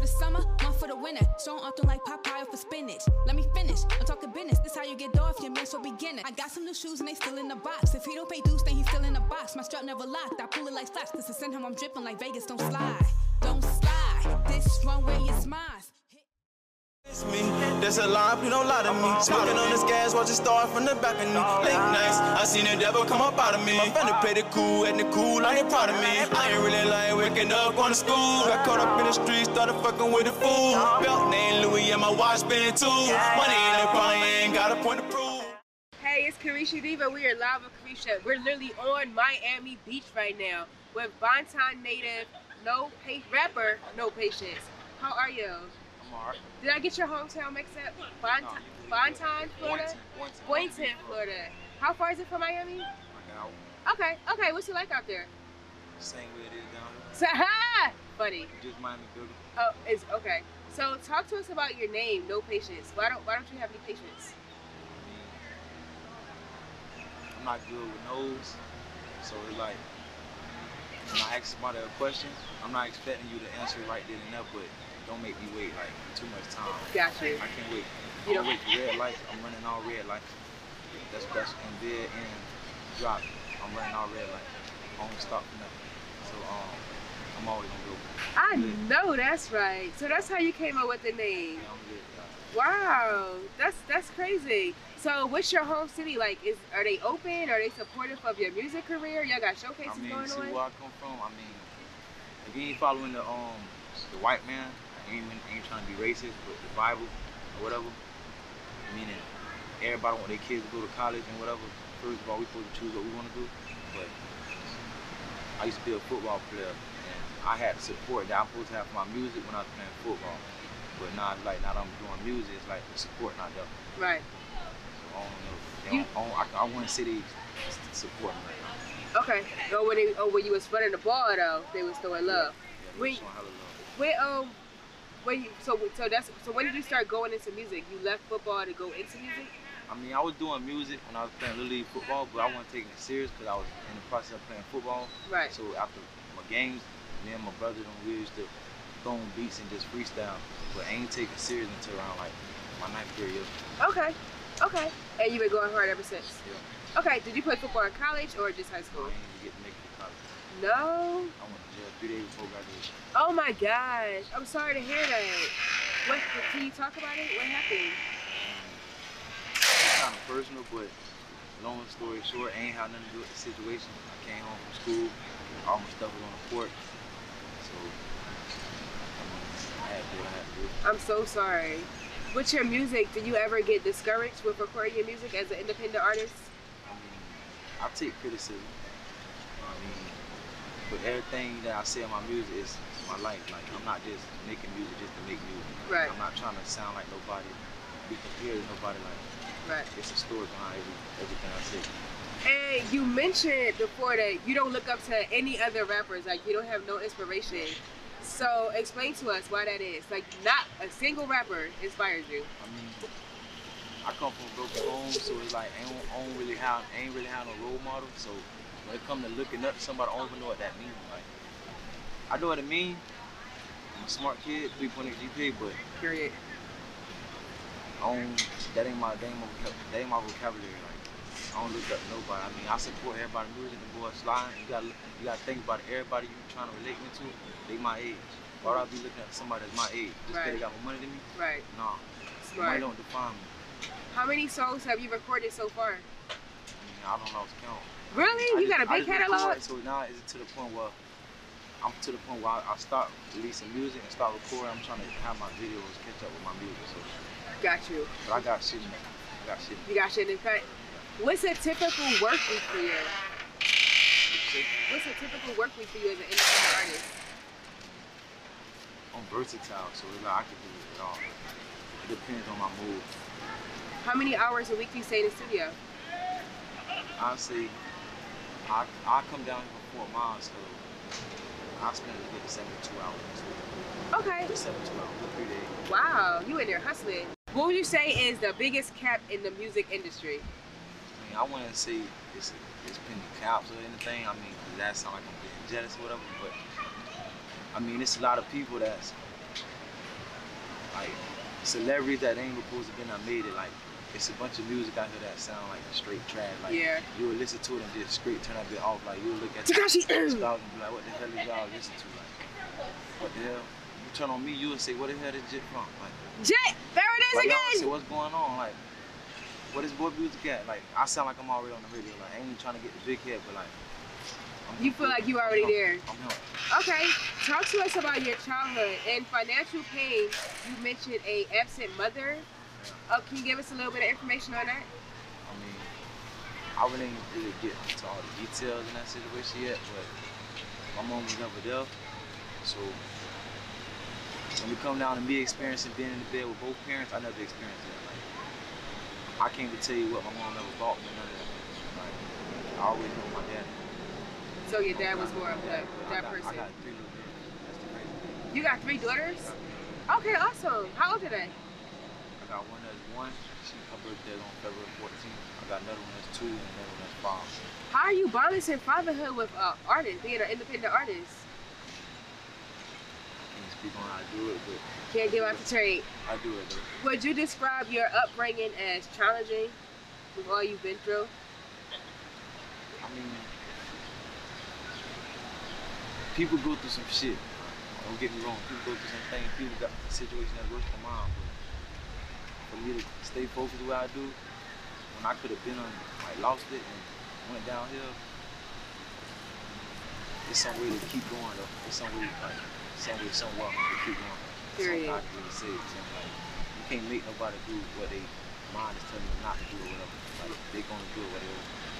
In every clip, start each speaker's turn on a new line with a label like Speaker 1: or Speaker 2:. Speaker 1: the summer, one for the winter. So I'm like Popeye for spinach. Let me finish. I'm talking business. This how you get off your man so beginner. I got some new shoes and they still in the box. If he don't pay dues, then he's still in the box. My strap never locked. I pull it like flash. This is in him. I'm dripping like Vegas. Don't slide. Don't slide. This runway is mine.
Speaker 2: It's me. That's a lie, please don't lie to me. Smoking on this gas, watch it start from the back of me. Late nights, I seen the devil come up out of me. My friend played it cool, and the cool, I ain't proud of me. I ain't really lying, waking up going to school. Got caught up in the streets, started fucking with the fool. Belt named Louis, and my watch been too. Money in the probably ain't got a point to prove.
Speaker 3: Hey, it's Carisha Diva. We are live with Carisha. We're literally on Miami Beach right now with Bonton native, no pa- rapper, no patience. How are you? Did I get your hometown mixed up? Bonton, Bonton Florida? Boynton, Florida. How far is it from Miami? Okay, okay. What's it like out there?
Speaker 2: Same way it is down
Speaker 3: So, Funny.
Speaker 2: here. Just mind the building.
Speaker 3: Oh, it's okay. So, talk to us about your name, No Patience. Why don't Why don't you have any patience?
Speaker 2: I'm not good with no's, so it's like when I ask somebody a question, I'm not expecting you to answer right then and there, but don't make me wait like too much time.
Speaker 3: Got you.
Speaker 2: I can't wait.
Speaker 3: You
Speaker 2: I'm
Speaker 3: don't-
Speaker 2: wait for red lights. I'm running all red lights. That's best. And then and drop. I'm running all red lights. I don't stop for nothing. So um, I'm always gonna go.
Speaker 3: I know that's right. So that's how you came up with the name.
Speaker 2: Yeah, I'm good. y'all.
Speaker 3: Wow, that's that's crazy. So, what's your home city like? Is are they open? Are they supportive of your music career? Y'all got showcases
Speaker 2: I mean, you see
Speaker 3: going on.
Speaker 2: where I come from. I mean, if you ain't following the um the white man, I ain't, I ain't trying to be racist, but the Bible or whatever. Meaning, everybody want their kids to go to college and whatever. First of all, we supposed to choose what we want to do. But I used to be a football player, and I had the support that I'm supposed to have for my music when I was playing football. But now, it's like now that I'm doing music, it's like the support not there.
Speaker 3: Right.
Speaker 2: So I don't know. They don't, I, don't, I, I wouldn't say they s- support me right now.
Speaker 3: Okay. Or when they, or when you was running the ball though, they was still in love.
Speaker 2: Yeah, they
Speaker 3: Wait.
Speaker 2: showing hella love.
Speaker 3: When um, when you so so that's so when did you start going into music? You left football to go into music.
Speaker 2: I mean, I was doing music when I was playing little league football, but I wasn't taking it serious because I was in the process of playing football.
Speaker 3: Right.
Speaker 2: So after my games, me and my brother, them, we used to throw beats and just freestyle, but I ain't taking it serious until around like my ninth period.
Speaker 3: Okay. Okay. And you've been going hard ever since.
Speaker 2: Yeah.
Speaker 3: Okay. Did you play football in college or just high
Speaker 2: I
Speaker 3: school?
Speaker 2: ain't even get to make it to college.
Speaker 3: No.
Speaker 2: I went to jail three days before graduation.
Speaker 3: Oh my gosh. I'm sorry to hear that. What can you talk about it? What happened?
Speaker 2: It's kind of personal, but long story short, I ain't had nothing to do with the situation. I came home from school, all my stuff was on the porch, so I had to do what I had to do.
Speaker 3: I'm so sorry. With your music, did you ever get discouraged with recording your music as an independent artist?
Speaker 2: I mean, I take criticism. I mean, but everything that I say in my music is my life. Like I'm not just making music just to make music.
Speaker 3: Right.
Speaker 2: I'm not trying to sound like nobody, be compared to nobody. Like
Speaker 3: Right.
Speaker 2: it's a story behind every, everything I say.
Speaker 3: And you mentioned before that you don't look up to any other rappers, like you don't have no inspiration. So explain to us why that is. Like not a single rapper inspires you.
Speaker 2: I mean, I come from a broken home, so it's like I don't, I don't really have, I ain't really have no role model. So when it comes to looking up to somebody, I don't even know what that means. Like I know what it means. I'm a smart kid, 3.8 GPA, but
Speaker 3: Period.
Speaker 2: I don't, that ain't my that ain't my, vocab- that ain't my vocabulary. Like I don't look up to nobody. I mean, I support everybody. Music and boy slide. You got to you got to think about it. everybody you trying to relate me to. They my age. Why would I be looking at somebody that's my age just 'cause
Speaker 3: Right.
Speaker 2: they got more money than me?
Speaker 3: Right.
Speaker 2: Nah, money
Speaker 3: Smart.
Speaker 2: don't define me.
Speaker 3: How many songs have you recorded so far?
Speaker 2: I, mean, I don't know count.
Speaker 3: Really? You got a big catalog?
Speaker 2: So now it's to the point where I'm to the point where I, I start releasing music and start recording. I'm trying to have my videos catch up with my music. So,
Speaker 3: Got you.
Speaker 2: but I got shit in there. I got shit. In
Speaker 3: You got shit in cut. What's a typical work week for you?
Speaker 2: there.
Speaker 3: What's a typical work week for you as an independent artist?
Speaker 2: I'm versatile, so it's like I can do it all. It depends on my mood.
Speaker 3: How many hours a week do you stay in the studio?
Speaker 2: Honestly, I I come down here for four miles, so I spend a good 72 hours.
Speaker 3: Okay.
Speaker 2: 72 hours, three days.
Speaker 3: Wow, you in there hustling. What would you say is the biggest cap in the music industry?
Speaker 2: I mean, I wouldn't say it's it's pending cops or anything. I mean, 'cause that sounds like I'm getting jealous or whatever. But I mean, it's a lot of people that's like celebrities that ain't supposed to be not made it. Like it's a bunch of music out here that sound like straight trash. Like
Speaker 3: Yeah.
Speaker 2: you would listen to it and just straight turn that bit off. Like you would look at
Speaker 3: Tekashi,
Speaker 2: and be like, what the hell is y'all listening to? Like what the hell? You turn on me, you would say, what the hell is Jit from? Like
Speaker 3: Jet, there it is
Speaker 2: like, y'all say,
Speaker 3: again.
Speaker 2: what's going on? Like, what is boy music at? Like, I sound like I'm already on the radio. Like, I ain't trying to get the big head, but like, I'm
Speaker 3: You feel like you already
Speaker 2: I'm-
Speaker 3: there.
Speaker 2: I'm him.
Speaker 3: Okay, talk to us about your childhood and financial pain. You mentioned a absent mother. Uh, can you give us a little bit of information on that?
Speaker 2: I mean, I really didn't really get into all the details in that situation yet, but my mom was never there. So when it come down to me experiencing being in the bed with both parents, I never experienced that. Like, I can't even tell you what my mom never bought me, none of that. Like, I always know my dad.
Speaker 3: So your dad was more of that,
Speaker 2: Yeah, I
Speaker 3: that
Speaker 2: got- I
Speaker 3: person.
Speaker 2: got three little girls. That's the crazy thing.
Speaker 3: You got three daughters? Okay, awesome. How old are they?
Speaker 2: I got one that's one. She her birthday is on February 14th. I got another one that's two and another one that's five.
Speaker 3: How are you balancing fatherhood with uh, artist, being an independent artist?
Speaker 2: I can't speak on how I do it, but
Speaker 3: Can't give out the trade.
Speaker 2: I do it though.
Speaker 3: Would you describe your upbringing as challenging with all you've been through?
Speaker 2: I mean, people go through some shit. Don't get me wrong. People go through some things. People got a situation that's worse than mine. But for me to stay focused the way I do, when I could have been on, like, lost it and went downhill, it's some way to keep going though. It's some way, like, some way, some way to keep going.
Speaker 3: Period.
Speaker 2: Something I can really say. Something like, you can't make nobody do what they mind is telling them not to do or whatever. Like, they gonna do what they,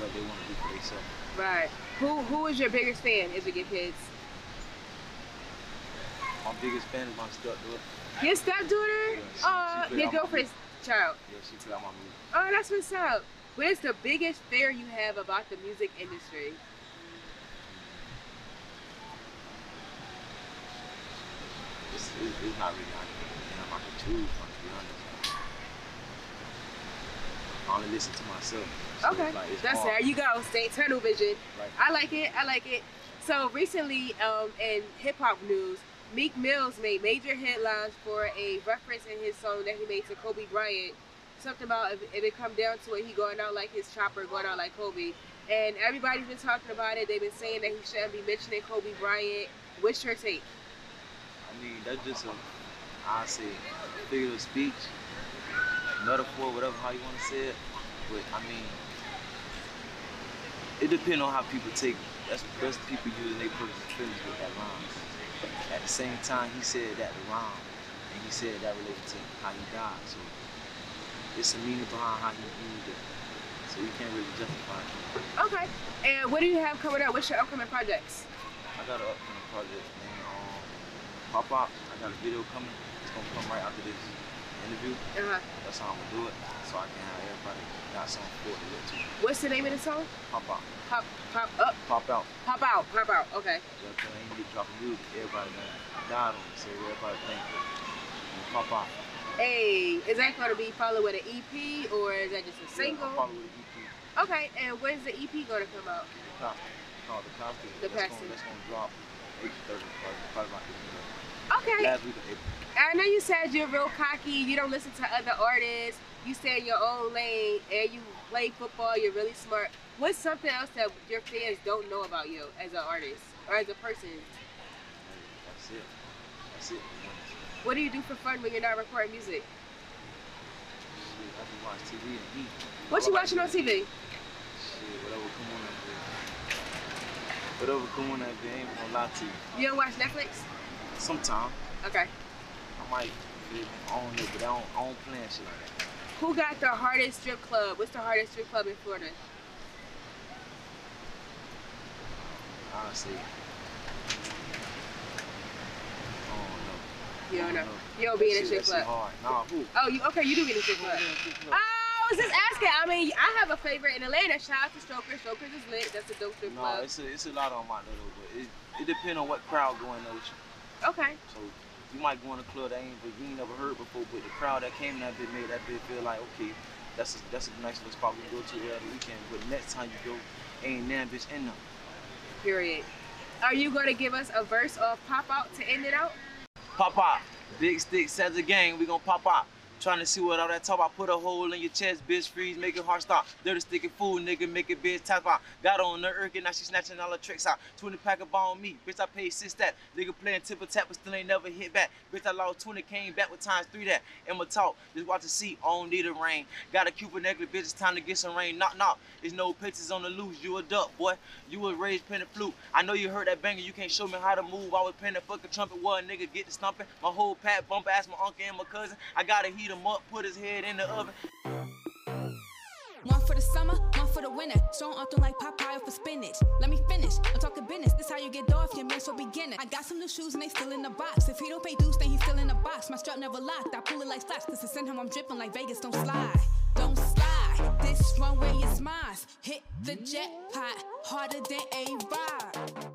Speaker 2: whatever they wanna do for themselves.
Speaker 3: Right. Who who is your biggest fan as we get kids?
Speaker 2: My biggest fan is my stepdaughter.
Speaker 3: Your stepdaughter? Uh,
Speaker 2: Yes. She played
Speaker 3: your
Speaker 2: on my
Speaker 3: girlfriend's child.
Speaker 2: Yeah, she play on my music.
Speaker 3: Oh, that's what's up. What is the biggest fear you have about the music industry?
Speaker 2: It's, it's, it's not really out there. Damn, I can choose from, to be honest. I only listen to myself. So
Speaker 3: Okay.
Speaker 2: it's like, it's
Speaker 3: That's
Speaker 2: hard.
Speaker 3: there you go. Stay tunnel vision.
Speaker 2: Like,
Speaker 3: I like it. I like it. So recently, um, in hip hop news, Meek Mills made major headlines for a reference in his song that he made to Kobe Bryant. Something about if, if it come down to it, he going out like his chopper, going out like Kobe. And everybody's been talking about it. They've been saying that he shouldn't be mentioning Kobe Bryant. What's your take?
Speaker 2: I mean, that's just a, I say, figure of speech, metaphor, whatever, how you want to say it. But I mean, it depends on how people take it. That's that's people using their personal feelings with that rhyme. At the same time, he said that the rhyme, and he said that related to how he died. So it's a meaning behind how he used it. So you can't really justify it.
Speaker 3: Okay. And what do you have coming up? What's your upcoming projects?
Speaker 2: I got an upcoming project named um, Pop Up. I got a video coming. It's gonna come right after this interview.
Speaker 3: Uh-huh.
Speaker 2: That's how I'm gonna do it. So I can have everybody got something for it to look to.
Speaker 3: What's the name of the song?
Speaker 2: Pop out.
Speaker 3: Pop, pop up,
Speaker 2: Pop out.
Speaker 3: pop out, pop out. Okay.
Speaker 2: That thing ain't really dropping music. Everybody done died on it. So everybody think. and Pop out.
Speaker 3: Hey, is that going to be followed with an EP or is that just a single?
Speaker 2: Yeah, I follow with the EP.
Speaker 3: Okay, and when's the EP going to come out?
Speaker 2: The cop. Called the cop.
Speaker 3: The
Speaker 2: that's
Speaker 3: Passing.
Speaker 2: gonna, that's gonna drop. April 30th, probably, probably about this week.
Speaker 3: Okay.
Speaker 2: Last week of April.
Speaker 3: I know you said you're real cocky. You don't listen to other artists. You stay in your own lane and you play football. You're really smart. What's something else that your fans don't know about you as an artist or as a person?
Speaker 2: That's it. That's it.
Speaker 3: What do you do for fun when you're not recording music?
Speaker 2: Shit, I just watch TV and eat.
Speaker 3: What you watching on TV?
Speaker 2: Shit, whatever come on that bitch. Whatever come on that bitch, ain't gonna lie to you.
Speaker 3: You don't watch Netflix?
Speaker 2: Sometime
Speaker 3: Okay.
Speaker 2: I might feel on it, but I don't, I don't plan shit like that.
Speaker 3: Who got the hardest strip club? What's the hardest strip club in Florida?
Speaker 2: Honestly. I
Speaker 3: You don't
Speaker 2: don't know.
Speaker 3: know.
Speaker 2: I don't know.
Speaker 3: You don't be in a
Speaker 2: That
Speaker 3: strip
Speaker 2: shit- that shit
Speaker 3: club.
Speaker 2: hard. Nah, who?
Speaker 3: Oh, you okay? You do be in a strip club. Oh, I was just asking. I mean, I have a favorite in Atlanta. Shout out to Strokers. Strokers is lit. That's a dope strip
Speaker 2: No,
Speaker 3: club.
Speaker 2: it's a, it's a lot on my little, but it, it depends on what crowd going on with you.
Speaker 3: Okay.
Speaker 2: So you might go in a club that ain't, but you ain't never heard before, but the crowd that came in that bit made that bit feel like, okay, that's a, that's a nice little spot we can go to every weekend, but next time you go, ain't that bitch in them.
Speaker 3: Period. Are you going to give us a verse of Pop Out to end it out?
Speaker 2: Pop out. Big Stick says a gang, we gonna pop out. Trying to see what all that talk about. Put a hole in your chest, bitch, freeze, make it hard stop. Dirty sticky fool, nigga, make it bitch tap out. Got on the irk and now she snatching all her tricks out. 20 pack of ball on me, bitch, I paid six that. Nigga playing tip tap, but still ain't never hit back. Bitch, I lost 20, came back with times three that. And my talk, just watch the seat, I don't need a rain. Got a Cupid necklace, bitch, it's time to get some rain. Knock, knock, there's no pictures on the loose. You a duck, boy, you a raised pen and flute. I know you heard that banger, you can't show me how to move. I was playing the fucking trumpet, what a nigga get to stomping. My whole pack bump ass, my uncle and my cousin. I gotta heat him up, put his head in the oven.
Speaker 1: One for the summer, one for the winter. So I'm acting like Popeye for spinach. Let me finish. I'm talking business. This how you get off your mental beginner. I got some new shoes and they still in the box. If he don't pay dues, then he's still in the box. My strap never locked. I pull it like slaps. This is in him. I'm dripping like Vegas. Don't slide. Don't slide. This runway is mine. Hit the jackpot harder than a ride.